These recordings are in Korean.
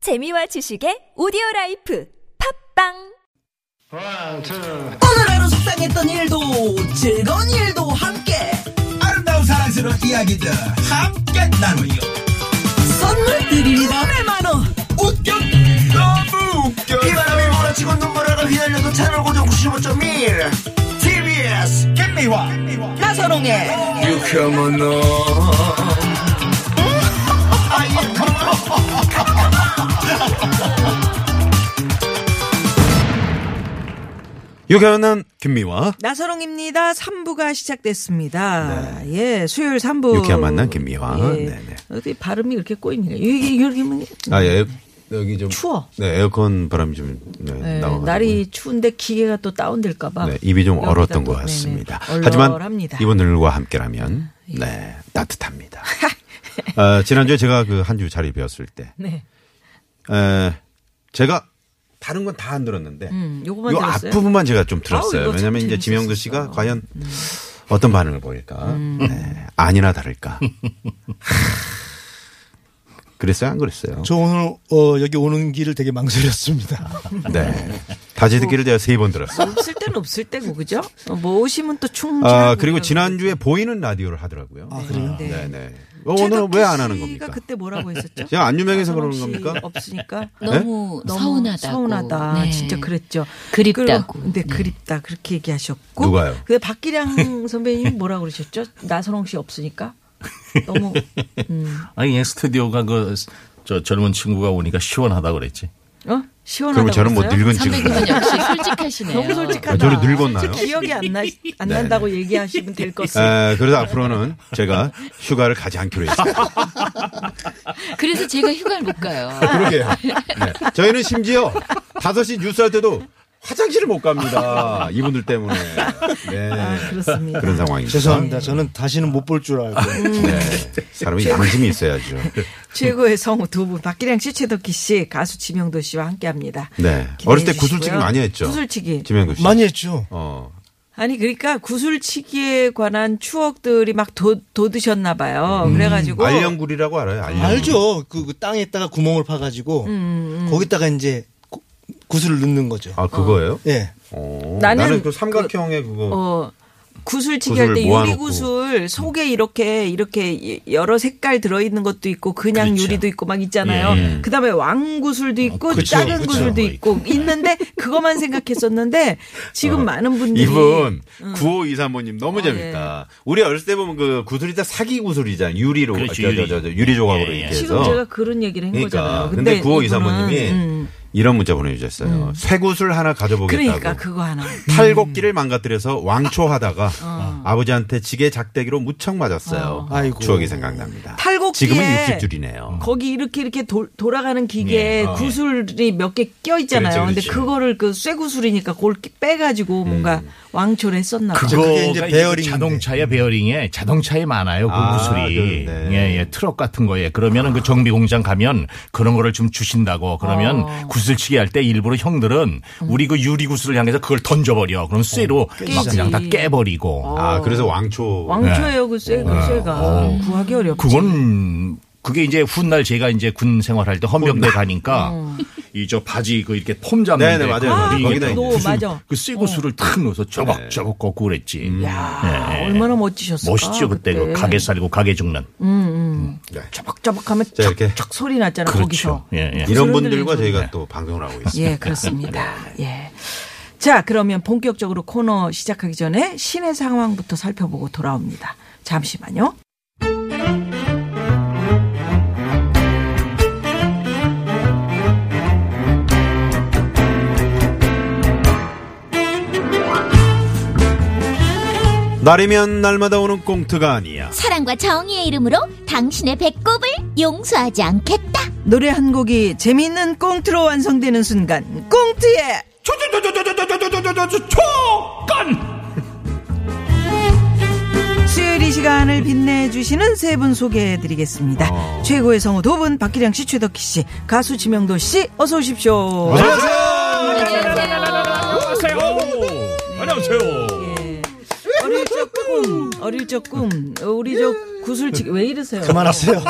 재미와 지식의 오디오 라이프 팝빵 One, two. 오늘 하루 속상했던 일도 즐거운 일도 함께 아름다운 사랑스러운 이야기들 함께 나누요 선물 드립니다 네, 100만원 웃겨 너무 웃겨 바람이 몰아치고 눈물을 휘날려도 채널 고정 95.1 TBS 김미화 나선홍의 유쾌한 너 유쾌한 김미화 나선홍입니다 3부가 시작됐습니다 예 수요일 3부 예. 유쾌한 만남 김미화. 네네. 어디 발음이 이렇게 꼬이네 이게 이렇게 하면 아 예. 여기 좀 추워. 네 에어컨 바람이 좀 네, 예, 나와가지고 날이 추운데 기계가 또 다운될까봐 네, 입이 좀 여기다 얼었던 또, 것 네네, 같습니다. 하지만 얼얼합니다. 아, 예. 이분들과 함께라면 네 따뜻합니다. 아, 지난주에 제가 그 한 주 자리 비웠을 때 네. 에, 제가 다른 건 다 안 들었는데 음, 요거만 요 들었어요? 앞부분만 제가 좀 들었어요. 아우, 이거 참 왜냐하면 이제 지명도 재밌었어요. 음. 씨가 과연 어떤 반응을 보일까 네, 아니나 다를까 그랬어요 안 그랬어요? 저 오늘 어, 여기 오는 길을 되게 망설였습니다. 네. 다시 듣기를 제가 세 번 들었어요. 없을 때는 없을 때고 그죠 어, 뭐 오시면 또 충전 아, 그리고 지난주에 보이는 라디오를 하더라고요. 네. 네네. 어, 오늘은 왜 안 하는 최덕희 씨가 겁니까? 그때 뭐라고 했었죠? 제가 안 유명해서 나선홍 그러는 씨 겁니까? 네? 없으니까 너무 너무 네? 서운하다고. 서운하다. 네. 진짜 그랬죠. 그립다고. 그리고- 네, 그립다. 그렇게 얘기하셨고. 누가요? 근데 박기량 선배님 뭐라 그러셨죠? 나선홍 씨 없으니까. 너무 아니 그냥 스튜디오가 그 저 젊은 친구가 오니까 시원하다 그랬지. 어? 시원하다고 그러면 저는 뭐 그랬어요? 늙은 선배님은 친구예요. 역시 솔직하시네요. 너무 솔직하다. 아, 저는 네, 늙었나요? 솔직히 기억이 안, 나, 안 난다고 얘기하시면 될것 같습니다. 에, 그래서 앞으로는 제가 휴가를 가지 않기로 했어요. 그래서 제가 휴가를 못 가요. 그러게요. 네. 저희는 심지어 5시 뉴스 할 때도 화장실을 못 갑니다. 이분들 때문에. 네. 아, 그렇습니다. 그런 상황입니다. 죄송합니다. 저는 다시는 못 볼 줄 알고. 네. 사람이 양심이 있어야죠. 최고의 성우 두 분, 박기량 씨, 최덕기 씨, 가수 지명도 씨와 함께 합니다. 네. 기대해 어릴 때 주시고요. 구슬치기 많이 했죠. 구슬치기. 지명구 씨. 많이 했죠. 어. 아니 그러니까 구슬치기에 관한 추억들이 막 도, 돋으셨나 봐요. 그래가지고 음. 알령구리라고 알아요. 알령구리. 알죠. 그, 그 땅에다가 구멍을 파가지고 거기다가 이제 구- 구슬을 넣는 거죠. 아, 그거예요? 예. 어, 나는 나는, 그 삼각형의 그거 어 구슬치기 구슬을 할 때 모아놓고. 유리 구슬 속에 이렇게 이렇게 여러 색깔 들어있는 것도 있고 그냥 그렇죠. 유리도 있고 막 있잖아요. 예. 그다음에 왕 구슬도 있고 아, 그렇죠, 작은 그렇죠. 구슬도 있고 있는데 그것만 생각했었는데 지금 많은 분들이 어, 이분 9523번님 너무 재밌다. 우리 어렸을 때 보면 그 구슬이 다 사기 구슬이잖아. 유리로 그렇죠, 저, 저, 저, 저, 유리 조각으로 예, 예. 이렇게 지금 제가 해서. 그런 얘기를 한 그러니까 거잖아요. 근데, 9523번님이 이분은, 음, 이런 문자 보내주셨어요. 쇠구슬 하나 가져보겠다고. 그러니까 그거 하나. 탈곡기를 망가뜨려서 왕초하다가 아버지한테 지게 작대기로 무척 맞았어요. 아이고. 추억이 생각납니다. 탈곡기에 지금은 60줄이네요. 거기 이렇게 이렇게 돌- 돌아가는 기계에 예, 어. 구슬이 몇 개 껴있잖아요. 그렇죠, 근데 그렇죠. 그거를 그 쇠구슬이니까 그걸 끼- 빼가지고 뭔가 왕초를 했었나 봐요. 그게 이제 그거가 그러니까 베어링인데. 자동차에 베어링에 자동차에 많아요. 그 아, 구슬이. 그렇네. 예, 예. 트럭 같은 거에. 그러면은 그 정비 공장 가면 그런 거를 좀 주신다고. 그러면 어. 구슬치기 할 때 일부러 형들은 우리 그 유리 구슬을 향해서 그걸 던져버려. 그럼 쇠로 막 어, 깨지. 그냥 다 깨버리고. 아, 그래서 왕초. 왕초예요, 그 쇠, 그 쇠가. 구하기 어렵지. 그건 그게 이제 훗날 제가 이제 군 생활할 때 헌병대 가니까 이 저 바지 그 이렇게 폼 잡는 네네, 데 맞아요. 거기 이게 거기다 딱 이제. 구슬, 맞아. 그 쇠구슬을 탁 넣어서 저벅저벅 걷고 그랬지. 음. 야, 얼마나 멋지셨을까. 멋있죠 그때, 그 가게 살고 가게 죽는. 쩌벅쩌벅하면 자, 이렇게. 척척 소리 났잖아 거기서. 예, 예. 이런 구슬을 분들과 늘리는 저희가 또 방송을 하고 있습니다. 예, 그렇습니다. 예. 자, 그러면 본격적으로 코너 시작하기 전에 시내 상황부터 살펴보고 돌아옵니다. 잠시만요. 날이면 날마다 오는 꽁트가 아니야. 사랑과 정의의 이름으로 당신의 배꼽을 용서하지 않겠다. 노래 한 곡이 재미있는 꽁트로 완성되는 순간 꽁트의 초간 수요일 이 시간을 빛내주시는 세 분 소개해드리겠습니다. 어. 최고의 성우 두 분 박기량 씨, 최덕희 씨, 가수 지명도 씨 어서 오십시오. 안녕하세요. 네. 어릴 적 적 꿈, 어릴 적 꿈, 어, 우리 저 구슬치기 왜 이러세요? 그만하세요.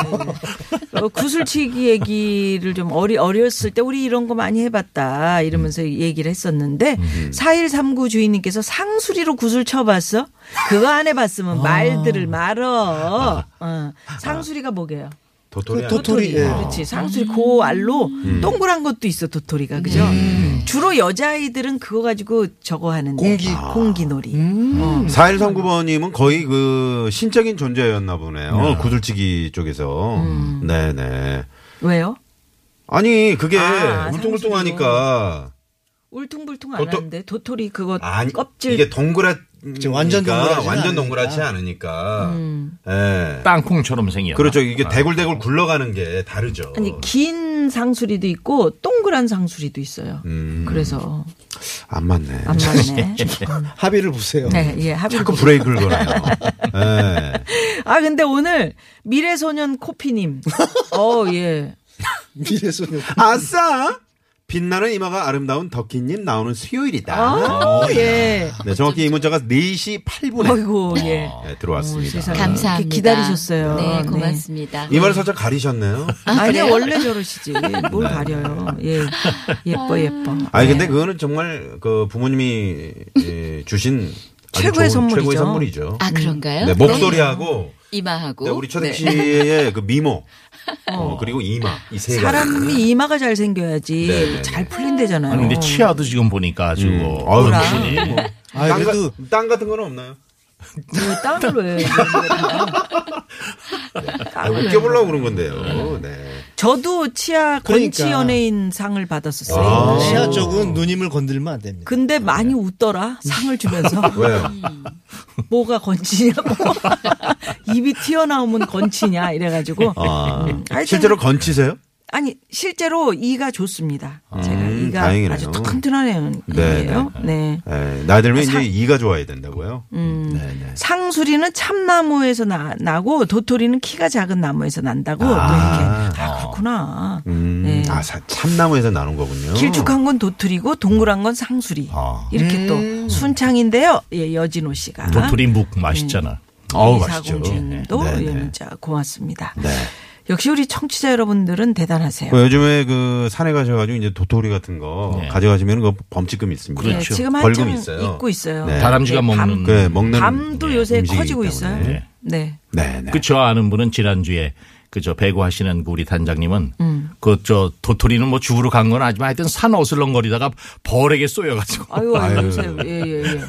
어, 구슬치기 얘기를 좀 어리, 어렸을 때 우리 이런 거 많이 해봤다 이러면서 음. 얘기를 했었는데 4139 주인님께서 상수리로 구슬 쳐봤어? 그거 안 아. 해봤으면 말들을 말어. 어. 상수리가 뭐게요? 도토리 음. 도- 도토리, 예. 그렇지. 상수리 고 알로 동그란 것도 있어 도토리가 그죠? 주로 여자아이들은 그거 가지고 저거 하는데 아. 공기. 공기놀이. 음. 어. 4139번님은 거의 그 신적인 존재였나 보네요. 구슬치기 쪽에서. 음. 네네. 왜요? 아니, 그게 아, 울퉁불퉁하니까. 울퉁불퉁 안 도토- 하는데 도토리 그거 아니, 껍질 이게 동그랗, 지금 완전 동그랗지는 완전 않으니까. 음. 동그랗지 않으니까. 예. 땅콩처럼 생겨. 그렇죠. 이게 대굴대굴 굴러가는 게 다르죠. 아니 긴 상수리도 있고 동그란 상수리도 있어요. 그래서 안 맞네. 아, 안 맞네. 합의를 보세요. 네, 예, 합의. 자꾸 브레이크를 걸어요. 예. 아 근데 오늘 미래소년 코피님, 어 예, 미래소녀. 아싸! 빛나는 이마가 아름다운 덕희님 나오는 수요일이다. 아 예, 네, 정확히 이 문자가 4시 8분에 네, 어이고 예. 들어왔습니다. 세상에. 감사합니다. 네, 이렇게 기다리셨어요. 네, 네. 고맙습니다. 이마를 살짝 가리셨네요. 아니요 원래 저러시지 예, 뭘 가려요. 예, 예뻐 예뻐. 아니 근데 그거는 정말 그 부모님이 예, 주신 아주 좋은 최고의 선물이죠. 최고의 선물이죠. 아, 그런가요? 네, 목소리하고 이마하고. 네, 우리 네. 최덕 씨의 그 미모 어, 그리고 이마 이 세 가지. 사람이 이마가 잘 생겨야지 네, 네. 잘 풀린대잖아요. 아니, 근데 치아도 지금 보니까 아주. 음. 아유, 뭐라? 분이. 아, 땅, 그래도 가- 땅 같은 거는 없나요? 왜 땀을 왜? 아, 웃겨보려고 그런 건데요. 네. 저도 치아 권치 그러니까. 연예인 상을 받았었어요. 아. 네. 시야 쪽은 누님을 건들면 안 됩니다. 근데 많이 웃더라 상을 주면서 네. 왜요? 뭐가 건치냐고 입이 튀어나오면 건치냐 이래가지고 아, 음, 하여튼 실제로 건치세요? 아니 실제로 이가 좋습니다. 제가 음, 이가 다행이네요. 아주 튼튼하네요. 네, 네. 네. 예, 나이 들면 상- 이제 이가 좋아야 된다고요. 음. 네네. 상수리는 참나무에서 나, 나고 도토리는 키가 작은 나무에서 난다고 아. 또 이렇게 아 그렇구나. 음, 네. 아 사- 참나무에서 나는 거군요. 길쭉한 건 도토리고 동그란 건 상수리. 아. 이렇게 또 순창인데요. 예, 여진호 씨가. 도토리 묵 맛있잖아. 어우 맛있죠. 음. 이사공주님도 네, 예, 네. 문자 고맙습니다. 역시 우리 청취자 여러분들은 대단하세요. 그 요즘에 그 산에 가셔가지고 이제 도토리 같은 거 네. 가져가시면 그 범칙금 있습니다. 예, 그렇죠. 지금 한참 벌금 있 있어요. 입고 있어요. 네. 다람쥐가 네, 밤- 먹는. 그 먹는 밤도 요새 음식이기 커지고 때문에. 있어요. 네. 네. 네. 네, 네. 그 저 아는 분은 지난주에 그저 배구하시는 그 우리 단장님은 그 저 도토리는 뭐 주우러 간 건 아니지만 하여튼 산 어슬렁거리다가 벌에게 쏘여가지고 아유, 아유, 요새 예예예.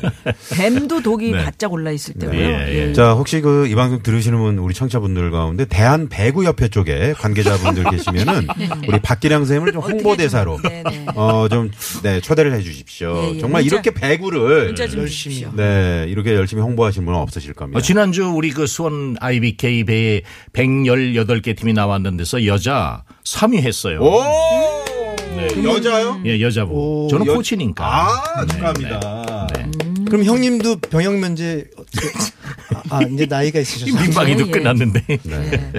뱀도 독이 네. 바짝 올라 있을 때고요. 예, 예. 자, 혹시 그 이 방송 들으시는 분 우리 청취자분들 가운데 대한 배구 협회 쪽에 관계자분들 계시면은 우리 박기량 선생님을 좀 홍보대사로 네, 네. 어 좀 네 초대를 해 주십시오. 예, 예. 정말 문자- 이렇게 배구를 문자 좀 주십시오. 네, 이렇게 열심히 홍보하신 분은 없으실 겁니다. 어, 지난주 우리 그 수원 IBK 배에 118개 팀이 나왔는데서 여자 3위 했어요. 오! 네, 여자요? 예, 네, 여자부. 오, 저는 여- 코치니까. 아, 축하합니다. 그럼 형님도 병역 면제 어떻게- 아, 아, 이제 나이가 있으셔서 네. 민박이도 예, 예. 끝났는데. 네.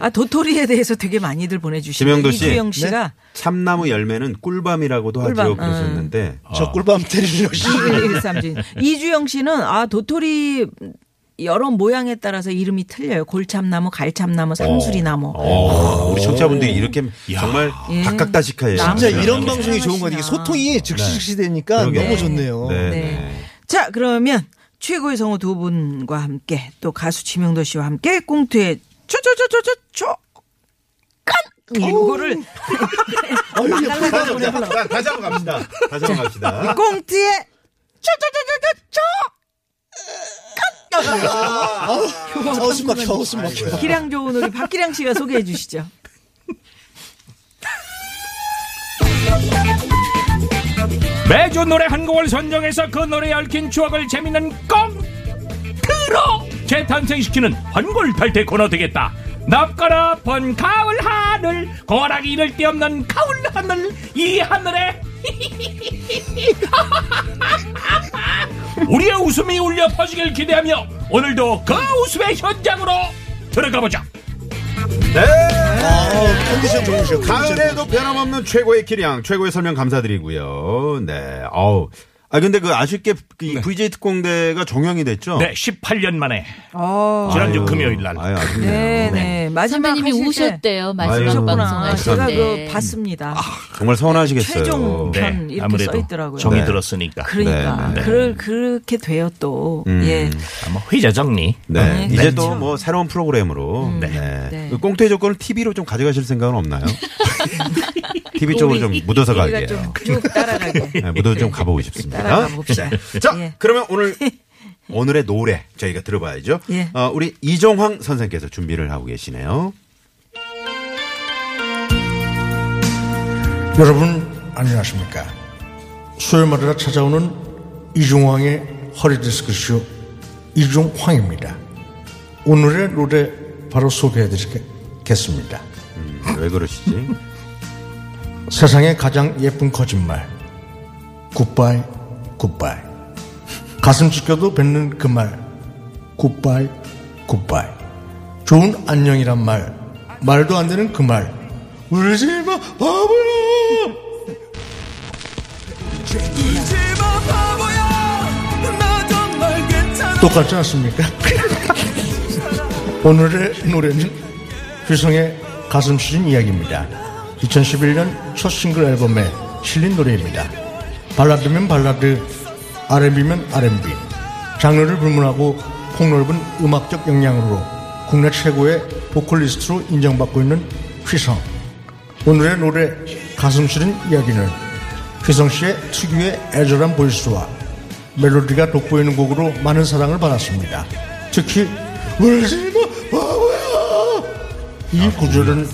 아 도토리에 대해서 되게 많이들 보내주시고 지명도 씨. 네. 이주영 씨가 참나무 열매는 꿀밤이라고도 하죠 꿀밤, 그러셨는데 저 꿀밤 때리려고 1113 주인. 이주영 씨는 아 도토리 여러 모양에 따라서 이름이 틀려요. 골참나무, 갈참나무, 상수리나무. 어, 우리 청자분들이 이렇게 정말 예. 각각다식하게 진짜 아, 이런 네. 방송이 좋은 거 같아요. 이게 소통이 즉시 즉시 되니까 그러게요. 너무 네. 좋네요. 네, 네. 네. 자 그러면 최고의 성우 두 분과 함께 또 가수 지명도 씨와 함께 꽁트의 초초초초초 깐 이거를 어, 여기 다시 한번 해볼까요? 다시 한번 갑시다. 다시 한번 갑시다. 꽁트의 초초초초초 아, 겨우숨 막혀, 겨우숨 막혀. 기량 좋은 우리 박기량 씨가 소개해 주시죠. 매주 노래 한 곡을 선정해서 그 노래에 얽힌 추억을 재밌는 꽁트로 재탄생시키는 환골탈태 코너 되겠다 납가라 번 가을 하늘 거라기 이를 데 없는 가을 하늘 이 하늘에 우리의 웃음이 울려 퍼지길 기대하며 오늘도 그 웃음의 현장으로 들어가보자 아, 컨디션 좋으셔. 컨디션. 가을에도 변함없는 최고의 기량, 최고의 설명 감사드리고요. 네. 어우. 아 근데 그 아쉽게 이 VJ 특공대가 종영이 됐죠. 네, 18년 만에 어. 지난주 아유, 금요일 날. 아유, 아쉽네요. 네, 네. 마지막 하실 선배님이 때 우셨대요. 마지막 아유, 그러셨구나. 방송하실 제가 네. 때. 그 아, 봤습니다. 정말 서운하시겠어요. 최종 네, 편 이렇게 아무래도 써 있더라고요. 정이 네. 들었으니까 그러니까 네, 네. 그럴 그렇게 돼요 또. 음. 예. 아마 회자 정리. 네. 네, 이제 그렇죠. 또 뭐 새로운 프로그램으로 네. 네. 그 꽁트의 조건을 TV로 좀 가져가실 생각은 없나요? TV 쪽으로 좀 묻어서 우리가 가게. 좀 쭉 따라가게. 네, 묻어서 좀 가보고 싶습니다. 따라가 봅시다. 자, 예. 그러면 오늘 오늘의 노래 저희가 들어봐야죠. 예. 어, 우리 이정황 선생께서 준비를 하고 계시네요. 여러분 안녕하십니까 수요일마다 찾아오는 이중황의 허리디스크쇼 이중황입니다 오늘의 노래 바로 소개해드리겠습니다 음, 왜 그러시지? 세상의 가장 예쁜 거짓말 굿바이 굿바이 가슴 찢겨도 뱉는 그 말 굿바이 굿바이 좋은 안녕이란 말 말도 안 되는 그 말 울지마 바보야 똑같지 않습니까? 오늘의 노래는 휘성의 가슴 시린 이야기입니다. 2011년 첫 싱글 앨범에 실린 노래입니다. 발라드면 발라드, R&B면 R&B. 장르를 불문하고 폭넓은 음악적 역량으로 국내 최고의 보컬리스트로 인정받고 있는 휘성. 오늘의 노래 가슴 시린 이야기는 휘성 씨의 특유의 애절한 보이스와 멜로디가 돋보이는 곡으로 많은 사랑을 받았습니다. 특히 울지마 바보야 이 구절은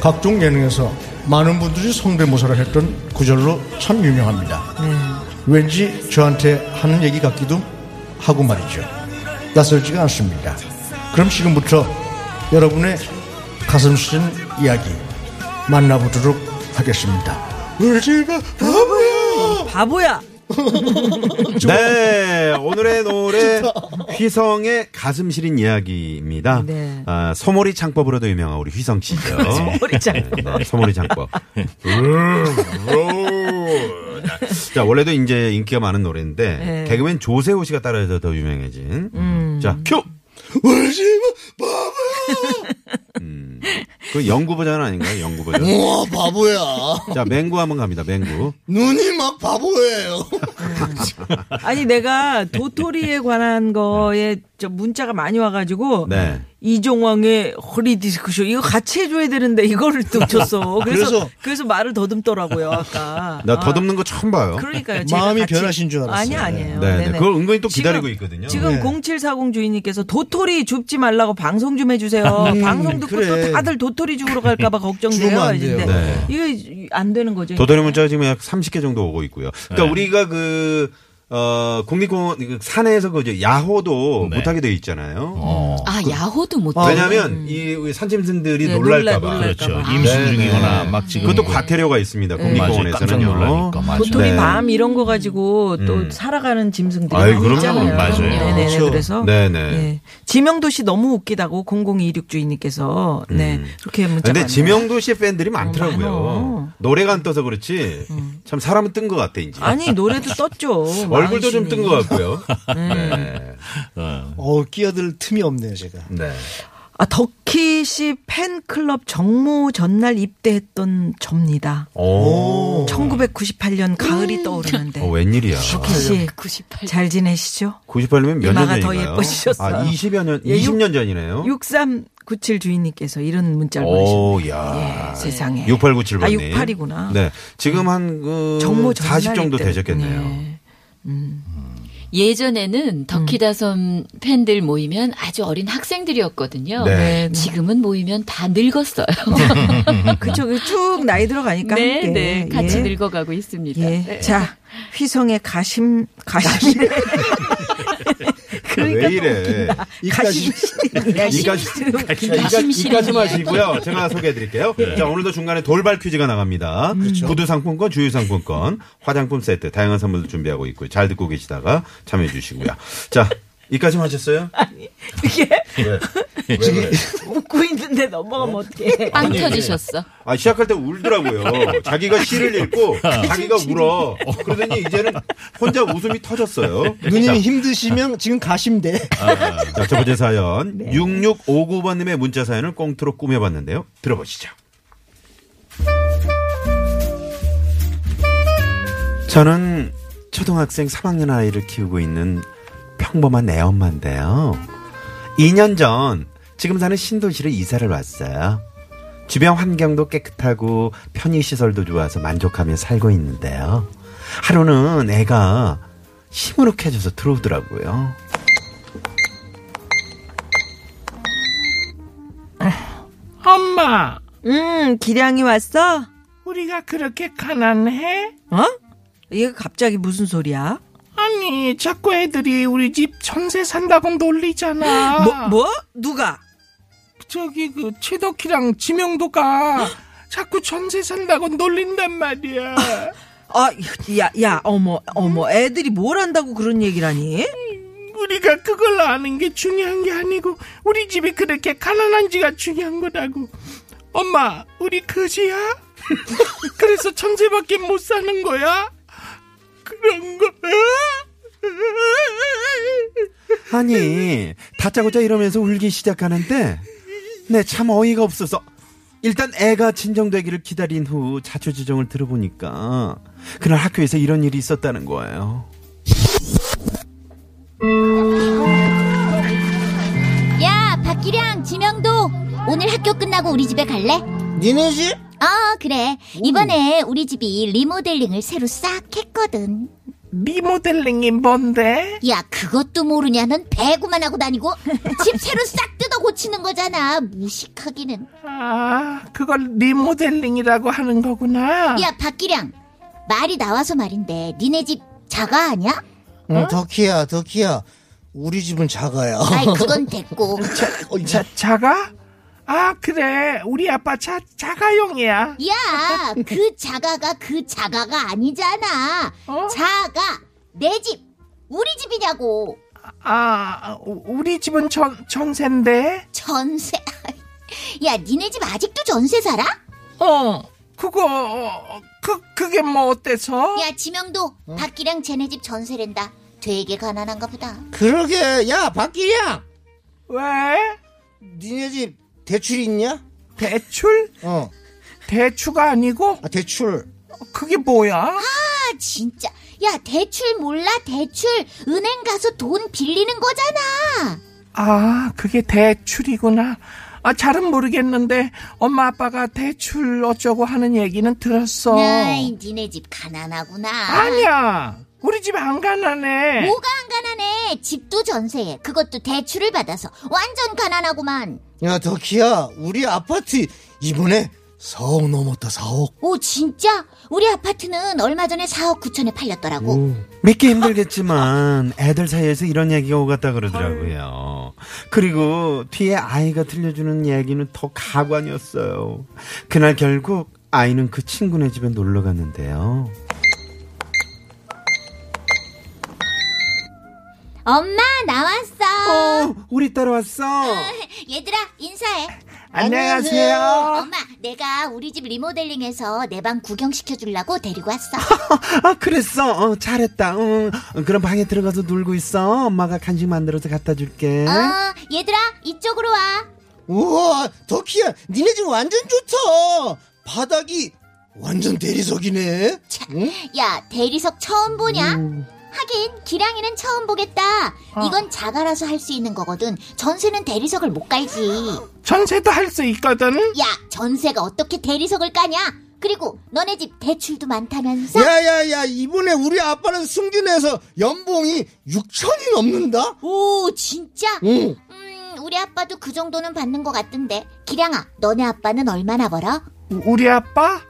각종 예능에서 많은 분들이 성대모사를 했던 구절로 참 유명합니다. 왠지 저한테 하는 얘기 같기도 하고 말이죠. 낯설지가 않습니다. 그럼 지금부터 여러분의 가슴 쓴 이야기 만나보도록 하겠습니다. 울지마 바보야 바보야. 네, 오늘의 노래 휘성의 가슴 시린 이야기입니다. 네. 아, 소머리 창법으로도 유명한 우리 휘성 씨죠. 소머리 창법. 소머리 창법. 음, 자, 원래도 이제 인기가 많은 노래인데 개그맨 조세호 씨가 따라해서 더 유명해진. 자, 큐. 울지마 뭐, 바보야 그 영구 버전 아닌가요? 영구 버전. 우와 뭐, 바보야 자, 맹구 한번 갑니다. 맹구. 눈이 막 바보예요 아니 내가 도토리에 관한 거에 저 문자가 많이 와가지고 네. 이종왕의 허리 디스크쇼 이거 같이 해줘야 되는데 이거를 또 줬어. 그래서 그래서, 그래서- 말을 더듬더라고요 아까. 나 아, 더듬는 거 처음 봐요. 그러니까요. 제가 마음이 같이- 변하신 줄 알았어요. 아니 아니에요. 네, 네. 네네. 그걸 은근히 또 기다리고 있거든요. 지금 네. 0740 주인님께서 도토리 줍지 말라고 방송 좀 해주세요. 방송 듣고 그래. 또 다들 도토리 줍으러 갈까봐 걱정돼요. 줍으면 안 돼요. 이제. 네. 이거 안 되는 네. 거죠. 도토리 문자가 지금 약 30개 정도 오고 있고요. 그러니까 우리가 그, 어, 국립공원, 그 산에서 그 이제 야호도 네. 어. 못하게 돼 있잖아요. 아, 야호도 못. 아, 그 왜냐하면 이 우리 산짐승들이 네, 음. 놀랄까봐. 놀랄- 놀랄- 그렇죠. 아, 임신 네, 중이거나 네. 막 지금 그것도 뭐 과태료가 있습니다. 맞아요. 깜짝 국립공원에서는요. 놀라니까. 맞아요. 도토리 네. 음. 밤 이런 거 가지고 또 살아가는 짐승들이 아이, 많이 그럼요. 있잖아요. 맞아요. 네네네. 그렇죠. 그래서 네네. 예. 지명도 씨 너무 웃기다고 00226 주인님께서 네 그렇게 문자. 음. 근데 지명도 씨의 팬들이 어, 많더라고요. 많어. 노래가 안 떠서 그렇지. 참 사람은 뜬 것 같아, 이제. 아니 노래도 떴죠. 얼굴도 좀 뜬 마흔신이. 것 같고요. 네. 어 끼어들 틈이 없네요 제가 네. 아 덕희 씨 팬클럽 정모 전날 입대했던 접니다. 오. 1998년 가을이 떠오르는데. 어, 웬일이야. 덕희 씨 98. 잘 지내시죠? 98이면 몇 년 전인가요? 이마가 더 예뻐지셨어요. 아, 20여 년, 예, 육- 20년 전이네요. 6397 주인님께서 이런 문자를 보내셨어요. 어? 오, 야. 예, 세상에. 6897번 님. 아, 68이구나. 예. 네. 지금 한 그, 정모 전날 40 정도 입대. 되셨겠네요. 네. 예전에는 음. 덕희다섬 팬들 모이면 아주 어린 학생들이었거든요. 네. 지금은 모이면 다 늙었어요. 그쵸. 그쭉 나이 들어가니까. 네, 함께. 네. 같이 예. 늙어가고 있습니다. 예. 네. 자, 휘성의 가심, 가심이래. 그러니까 왜 이래. 가심. 이까지, 가심실이 이까지 마시고요. 제가 소개해 드릴게요. 자, 오늘도 중간에 돌발 퀴즈가 나갑니다. 그렇죠. 구두 상품권, 주유 상품권, 화장품 세트, 다양한 선물도 준비하고 있고요. 잘 듣고 계시다가 참여해 주시고요. 자, 이까지만 하셨어요? 이게 왜? 왜 그래? 웃고 있는데 넘어가면 어떡해. 빵 터지셨어. 아, 시작할 때 울더라고요. 자기가 시를 읽고 자기가 울어. 그러더니 이제는 혼자 웃음이 터졌어요. 누님이 힘드시면 지금 가시면 돼. 자, 첫 번째 사연. 6659번님의 문자 사연을 꽁트로 꾸며봤는데요. 들어보시죠. 저는 초등학생 3학년 아이를 키우고 있는 평범한 애엄마인데요. 2년 전 지금 사는 신도시로 이사를 왔어요. 주변 환경도 깨끗하고 편의시설도 좋아서 만족하며 살고 있는데요. 하루는 애가 시무룩해져서 들어오더라고요. 엄마, 음, 기량이 왔어? 우리가 그렇게 가난해? 어? 얘가 갑자기 무슨 소리야? 아니, 자꾸 애들이 우리 집 전세 산다고 놀리잖아. 뭐, 뭐? 누가? 저기 그 최덕희랑 지명도가 자꾸 전세 산다고 놀린단 말이야. 아, 야, 야, 어머, 어머, 애들이 뭘 안다고 그런 얘기를 하니? 우리가 그걸 아는 게 중요한 게 아니고 우리 집이 그렇게 가난한지가 중요한 거라고. 엄마, 우리 거지야? 그래서 천재밖에 못 사는 거야? 그런 거야? 아니 다짜고짜 이러면서 울기 시작하는데 네 참 어이가 없어서 일단 애가 진정되기를 기다린 후 자초지종을 들어보니까 그날 학교에서 이런 일이 있었다는 거예요 야, 박기량, 지명도 오늘 학교 끝나고 우리 집에 갈래? 니네 집? 어, 그래. 이번에 우리 집이 리모델링을 새로 싹 했거든. 리모델링이 뭔데? 야, 그것도 모르냐? 넌 배구만 하고 다니고 집 새로 싹 뜯어 고치는 거잖아. 무식하기는. 아, 그걸 리모델링이라고 하는 거구나. 야, 박기량. 말이 나와서 말인데 니네 집 자가 아니야? 응, 덕희야, 덕희야. 우리 집은 작아요. 어, 아이, 그건 됐고. 자, 자가? 아, 그래. 우리 아빠 차, 자가용이야. 야, 그 자가가 그 자가가 아니잖아. 어? 자가 내 집, 우리 집이냐고. 아, 우- 우리 집은 전, 전세인데? 전세. 야, 니네 집 아직도 전세 살아? 어. 그거, 그, 그게 뭐 어때서? 야, 지명도 박기랑 쟤네 집 전세랜다. 되게 가난한가 보다. 아, 그러게, 야, 박기량! 왜? 니네 집 대출 있냐? 대출? 어, 대추가 아니고? 아, 대출. 그게 뭐야? 아, 진짜. 야, 대출 몰라, 대출. 은행 가서 돈 빌리는 거잖아. 아, 그게 대출이구나. 아, 잘은 모르겠는데, 엄마 아빠가 대출 어쩌고 하는 얘기는 들었어. 아, 아이, 니네 집 가난하구나. 아니야. 우리 집 안 가난해. 뭐가 안 가난해. 집도 전세에. 그것도 대출을 받아서. 완전 가난하구만. 야, 덕희야, 우리 아파트 이번에 4억 넘었다, 4억. 오, 진짜? 우리 아파트는 얼마 전에 4억 9천에 팔렸더라고. 믿기 힘들겠지만 애들 사이에서 이런 얘기가 오갔다 그러더라고요 그리고 뒤에 아이가 들려주는 얘기는 더 가관이었어요 그날 결국 아이는 그 친구네 집에 놀러 갔는데요 엄마, 나왔어. 어 우리 따라 왔어 얘들아, 인사해. 안녕하세요. 엄마, 내가 우리 집 리모델링해서 내 방 구경시켜주려고 데리고 왔어. 아 그랬어 어, 잘했다 응. 그럼 방에 들어가서 놀고 있어 엄마가 간식 만들어서 갖다 줄게 어, 얘들아, 이쪽으로 와. 우와, 덕희야, 니네 집 완전 좋다. 바닥이 완전 대리석이네. 야, 대리석 처음 보냐? 하긴, 기량이는 처음 보겠다. 이건 자가라서 할 수 있는 거거든. 전세는 대리석을 못 깔지. 전세도 할 수 있거든. 야, 전세가 어떻게 대리석을 까냐? 그리고 너네 집 대출도 많다면서? 예. 야야야 이번에 우리 아빠는 승진해서 연봉이 6천이 넘는다? 오, 진짜? 응. 음, 우리 아빠도 그 정도는 받는 것 같던데. 기량아, 너네 아빠는 얼마나 벌어? 우- 우리 아빠?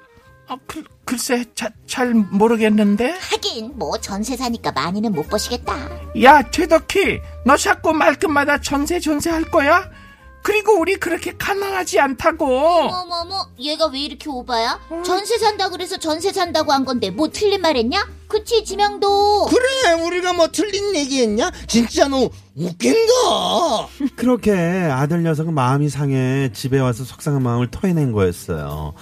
아, 글, 글쎄, 자, 잘 모르겠는데. 하긴, 뭐, 전세 사니까 많이는 못 버시겠다. 야, 최덕희, 너 자꾸 말끝마다 전세 전세 할 거야? 그리고 우리 그렇게 가난하지 않다고. 어머머머, 얘가 왜 이렇게 오바야? 전세 산다 그래서 전세 산다고 한 건데 뭐 틀린 말 했냐? 그치, 지명도. 그래 우리가 뭐 틀린 얘기했냐? 진짜 너 웃긴다. 그렇게 아들 녀석은 마음이 상해 집에 와서 속상한 마음을 토해낸 거였어요.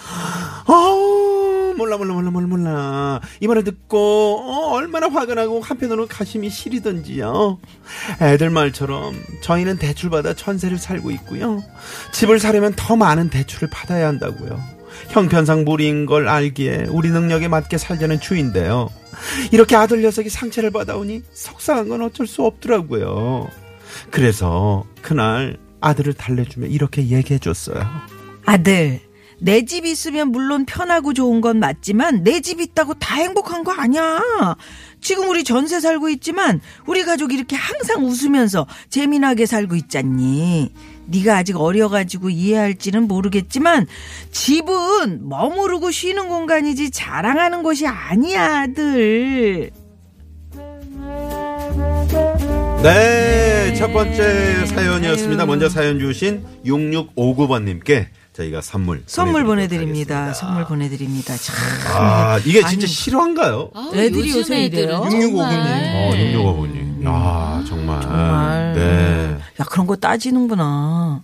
아우 몰라 몰라 몰라 몰라 몰라 이 말을 듣고 어, 얼마나 화가 나고 한편으로 가심이 시리던지요. 애들 말처럼 저희는 대출 받아 천세를 살고 있고요. 집을 사려면 더 많은 대출을 받아야 한다고요. 형편상 무리인 걸 알기에 우리 능력에 맞게 살자는 주인데요. 이렇게 아들 녀석이 상처를 받아오니 속상한 건 어쩔 수 없더라고요. 그래서 그날 아들을 달래주며 이렇게 얘기해 줬어요. 아들, 내 집 있으면 물론 편하고 좋은 건 맞지만 내 집 있다고 다 행복한 거 아니야. 지금 우리 전세 살고 있지만 우리 가족이 이렇게 항상 웃으면서 재미나게 살고 있잖니. 네가 아직 어려가지고 이해할지는 모르겠지만 집은 머무르고 쉬는 공간이지 자랑하는 곳이 아니야, 아들. 네, 첫 번째 네. 사연이었습니다. 먼저 사연 주신 6659번님께 저희가 선물 선물 보내드립니다. 보내드리도록 선물 보내드립니다. 참. 하겠습니다. 그러니까 아, 이게 진짜 아니. 실화인가요? 아우, 애들이 요즘 요새 애들은 이래요? 정말. 6659님. 어, 6659님. 아, 정말. 정말. 네. 야 그런 거 따지는구나.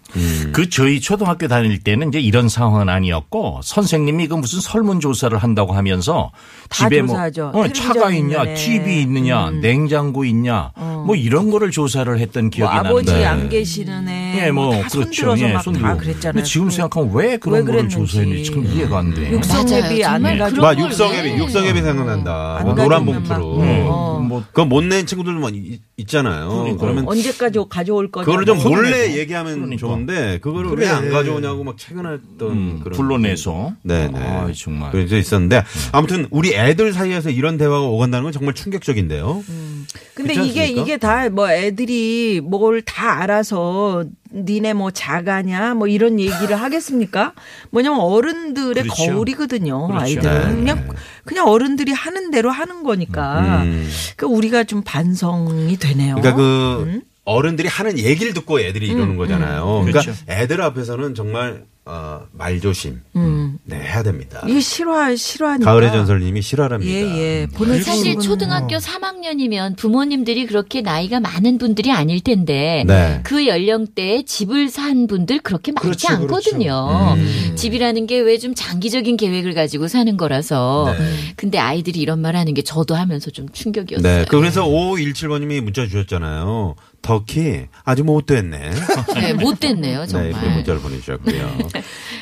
그 저희 초등학교 다닐 때는 이제 이런 상황은 아니었고 선생님이 그 무슨 설문 조사를 한다고 하면서 다 집에 조사하죠. 뭐 어, 텔레비전 차가 있냐, 있냐네. 음. 어. TV 있느냐, 냉장고 있냐, 뭐 이런 거를 조사를 했던 기억이 뭐 아버지 나는데. 안 계시는 애. 예, 뭐, 다 그렇죠. 손들어서 예, 막 다 손들고. 그랬잖아요. 네. 근데 지금 생각하면 왜 왜 그런 거를 그랬는지. 조사했는지 참 이해가 안 돼. 육성 맞아요. 회비 안 정말 해가지고. 그런 막 걸 육성애비, 왜? 육성애비 생각난다. 안 뭐 노란 가져오면 막, 봉투로. 음. 어. 뭐 그건 못 낸 친구들 뭐 이- 있잖아요. 그러니까요. 그러면 언제까지 가져올 거냐. 그거를 좀 뭐. 몰래 그러니까. 얘기하면 그러니까. 좋은데 그거를 왜 안 가져오냐고 막 최근했던 음, 그런 불러내서. 음. 네네 아, 정말. 그런 게 있었는데 아무튼 우리 애들 사이에서 이런 대화가 오간다는 건 정말 충격적인데요. 음. 음. 근데 그렇지 이게 않습니까? 이게 다 뭐 애들이 뭘 다 알아서 니네 뭐 자가냐 뭐 이런 얘기를 하겠습니까? 뭐냐면 어른들의 그렇죠. 거울이거든요. 그렇죠. 아이들은 네, 그냥 그냥 어른들이 하는 대로 하는 아. 거니까. 음. 그 우리가 좀 반성이 되네요. 그러니까 그 음? 어른들이 하는 얘기를 듣고 애들이 이러는 거잖아요. 그러니까 그렇죠. 애들 앞에서는 정말 어, 말조심 음. 네, 해야 됩니다. 예, 이게 실화 그러니까. 실화니까. 가을의 전설님이 실화랍니다. 예예 음. 보내 사실 초등학교 3학년이면 부모님들이 그렇게 나이가 많은 분들이 아닐 텐데 네. 그 연령대에 집을 산 분들 그렇게 많지 그렇죠, 그렇죠. 않거든요. 집이라는 게 왜 좀 장기적인 계획을 가지고 사는 거라서. 근데 아이들이 이런 말 하는 게 저도 하면서 좀 예. 충격이었어요. 네. 그 그래서 5517번님이 문자 주셨잖아요. 터키 아주 못됐네. 네, 못 됐네요, 네, 이렇게 정말. 문자를 보내주셨고요.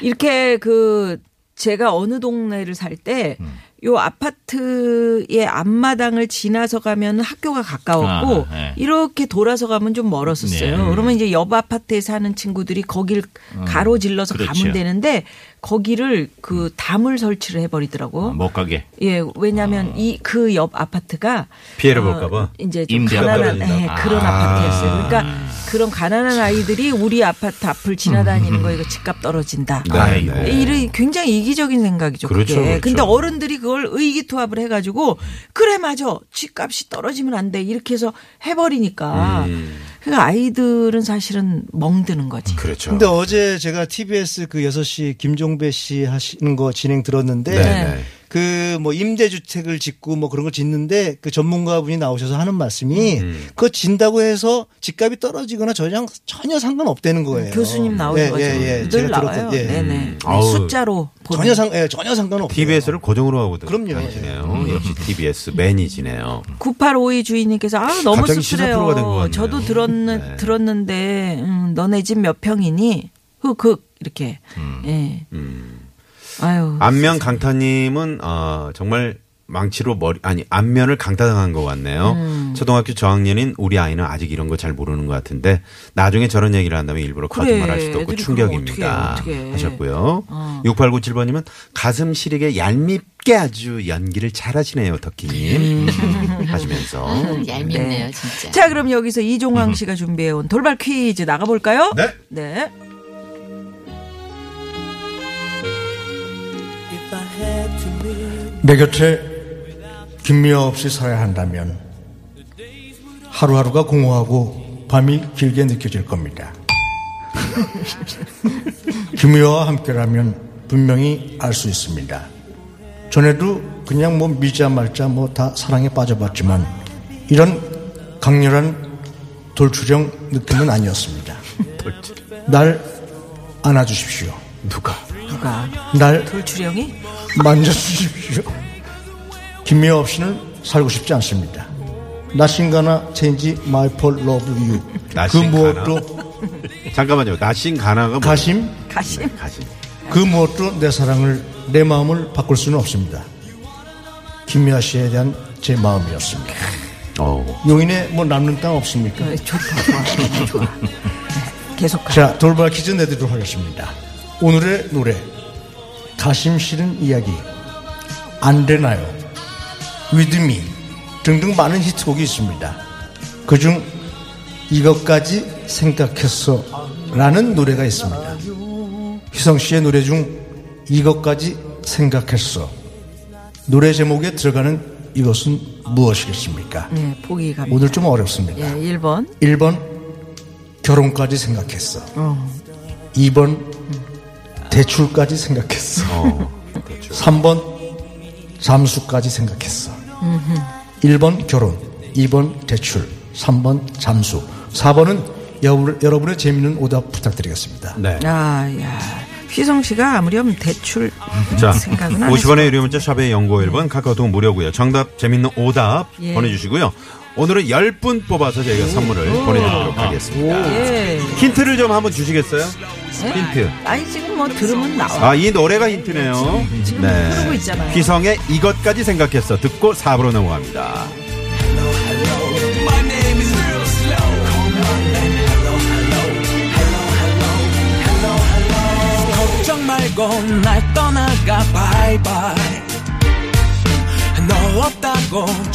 이렇게 그 제가 어느 동네를 살 때 요 음. 아파트의 앞마당을 지나서 가면 학교가 가까웠고 아, 네. 이렇게 돌아서 가면 좀 멀었었어요. 네. 그러면 이제 옆 아파트에 사는 친구들이 거길 가로질러서 그렇죠. 음. 가면 되는데 거기를 그 담을 설치를 해버리더라고. 못 가게. 예, 아. 왜냐하면 이 그 옆 아파트가 어, 피해를 볼까 봐? 이제 좀 임대가 가난한 떨어진다고? 예, 그런 아. 아. 파트였어요 그러니까 그런 가난한 아이들이 우리 아파트 앞을 음. 지나다니는 거 이거 집값 떨어진다. 아이고. 네. 이런 굉장히 이기적인 생각이죠. 그렇죠, 게 그렇죠. 근데 어른들이 그걸 의기투합을 해가지고 그래 맞아 집값이 떨어지면 안 돼 이렇게 해서 해버리니까 그러니까 아이들은 사실은 멍드는 거지. 음. 그렇죠. 근데 어제 제가 TBS 그 6시 김종배 씨 하시는 거 진행 들었는데 네. 그 뭐 임대주택을 짓고 뭐 그런 걸 짓는데 그 전문가분이 나오셔서 하는 말씀이 그거 진다고 해서 집값이 떨어지거나 전혀, 전혀 상관없다는 거예요. 교수님 나오는 예, 거죠. 예, 예. 늘 제가 들었던- 나와요. 예. 네네. 네. 음. 아우. 숫자로 보는. 전혀 상, 예, 전혀 상관없어요. TBS를 고정으로 하고 그럼요. 다니시네요. 역시 TBS 매니지네요. 9852 주인님께서 아 너무 갑자기 시사 프로가 된것 씁쓸해요. 같네요. 네. 저도 들었는 들었는데 음, 너네 집 몇 평이니? 흑흑 이렇게. 음. 예. 아유. 안면 강타님은 어, 정말 망치로 머리 아니 안면을 강타당한 것 같네요. 음. 초등학교 저학년인 우리 아이는 아직 이런 거 잘 모르는 것 같은데 나중에 저런 얘기를 한다면 일부러 그래, 거짓말할 수도 없고 애들이 충격입니다. 그걸 어떡해, 어떡해. 하셨고요. 6897번님은 가슴 시리게 얄밉게 아주 연기를 잘하시네요, 덕기님 음. 하시면서 아, 얄밉네요, 진짜. 자 그럼 여기서 이종황 씨가 준비해 온 돌발 퀴즈 나가 볼까요? 네. 네. 내 곁에 김미화 없이 살아야 한다면 하루하루가 공허하고 밤이 길게 느껴질 겁니다. 김희와 함께라면 분명히 알 수 있습니다. 전에도 그냥 뭐 미자 말자 뭐 다 사랑에 빠져봤지만 이런 강렬한 돌출형 느낌은 아니었습니다. 날 안아주십시오. 누가? 누가? 날 돌출형이? 만져주십시오. 김미화 없이는 살고 싶지 않습니다. 나신가나 체인지 마이폴 러브 유. 그 Nothing 무엇도 잠깐만요. 나신 가나가 뭐? 가심, 가심? 가심. 그 무엇도 내 사랑을 내 마음을 바꿀 수는 없습니다. 김미아 씨에 대한 제 마음이었습니다. 어. 용인에 뭐 남는 땅 없습니까? 어, 좋다. 좋아. 좋아. 계속 가. 자, 돌발 퀴즈 내드리도록 하겠습니다. 오늘의 노래, 가심 싫은 이야기, 안 되나요? 위드미 등등 많은 히트곡이 있습니다. 그중 이것까지 생각했어 라는 노래가 있습니다. 희성 씨의 노래 중 이것까지 생각했어 노래 제목에 들어가는 이것은 무엇이겠습니까? 네, 포기 갑니다. 오늘 좀 어렵습니다. 예, 1번. 1번 결혼까지 생각했어. 2번 대출까지 생각했어. 3번 잠수까지 생각했어. 1번 결혼, 2번 대출, 3번 잠수, 4번은 여러분의 재밌는 오답 부탁드리겠습니다. 네. 아, 야, 야. 휘성 씨가 아무렴 대출 자, 생각은 안 네. 50원의 유료 문자 샵의 연구 1번 카카오톡 무료고요. 정답 재밌는 오답 예. 보내주시고요. 오늘은 10분 뽑아서 저희가 선물을 아, 보내드리도록 하겠습니다. 예. 힌트를 좀 한번 주시겠어요? 네. 힌트. 아니 지금 뭐 들으면 나와. 아, 이 노래가 힌트네요. 지금 흐르고 있잖아요. 휘성의 이것까지 생각했어. 듣고 4부로 넘어갑니다. 걱정 말고 날 떠나가 바이바이 너 없다고